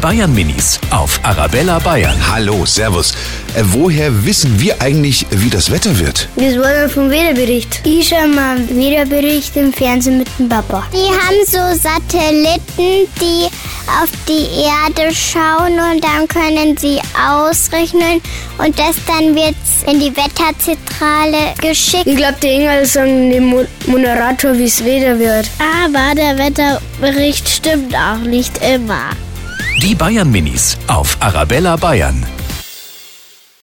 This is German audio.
Bayern Minis auf Arabella Bayern. Hallo, Servus. Äh, woher wissen wir eigentlich, wie das Wetter wird? Das war dann vom Wetterbericht. Ich schaue mal einen Wetterbericht im Fernsehen mit dem Papa. Die haben so Satelliten, die auf die Erde schauen und dann können sie ausrechnen und das dann wird in die Wetterzentrale geschickt. Ich glaube, der Inga ist an dem Mo- Moderator, wie es Wetter wird. Aber der Wetterbericht stimmt auch nicht immer. Die Bayern Minis auf Arabella Bayern.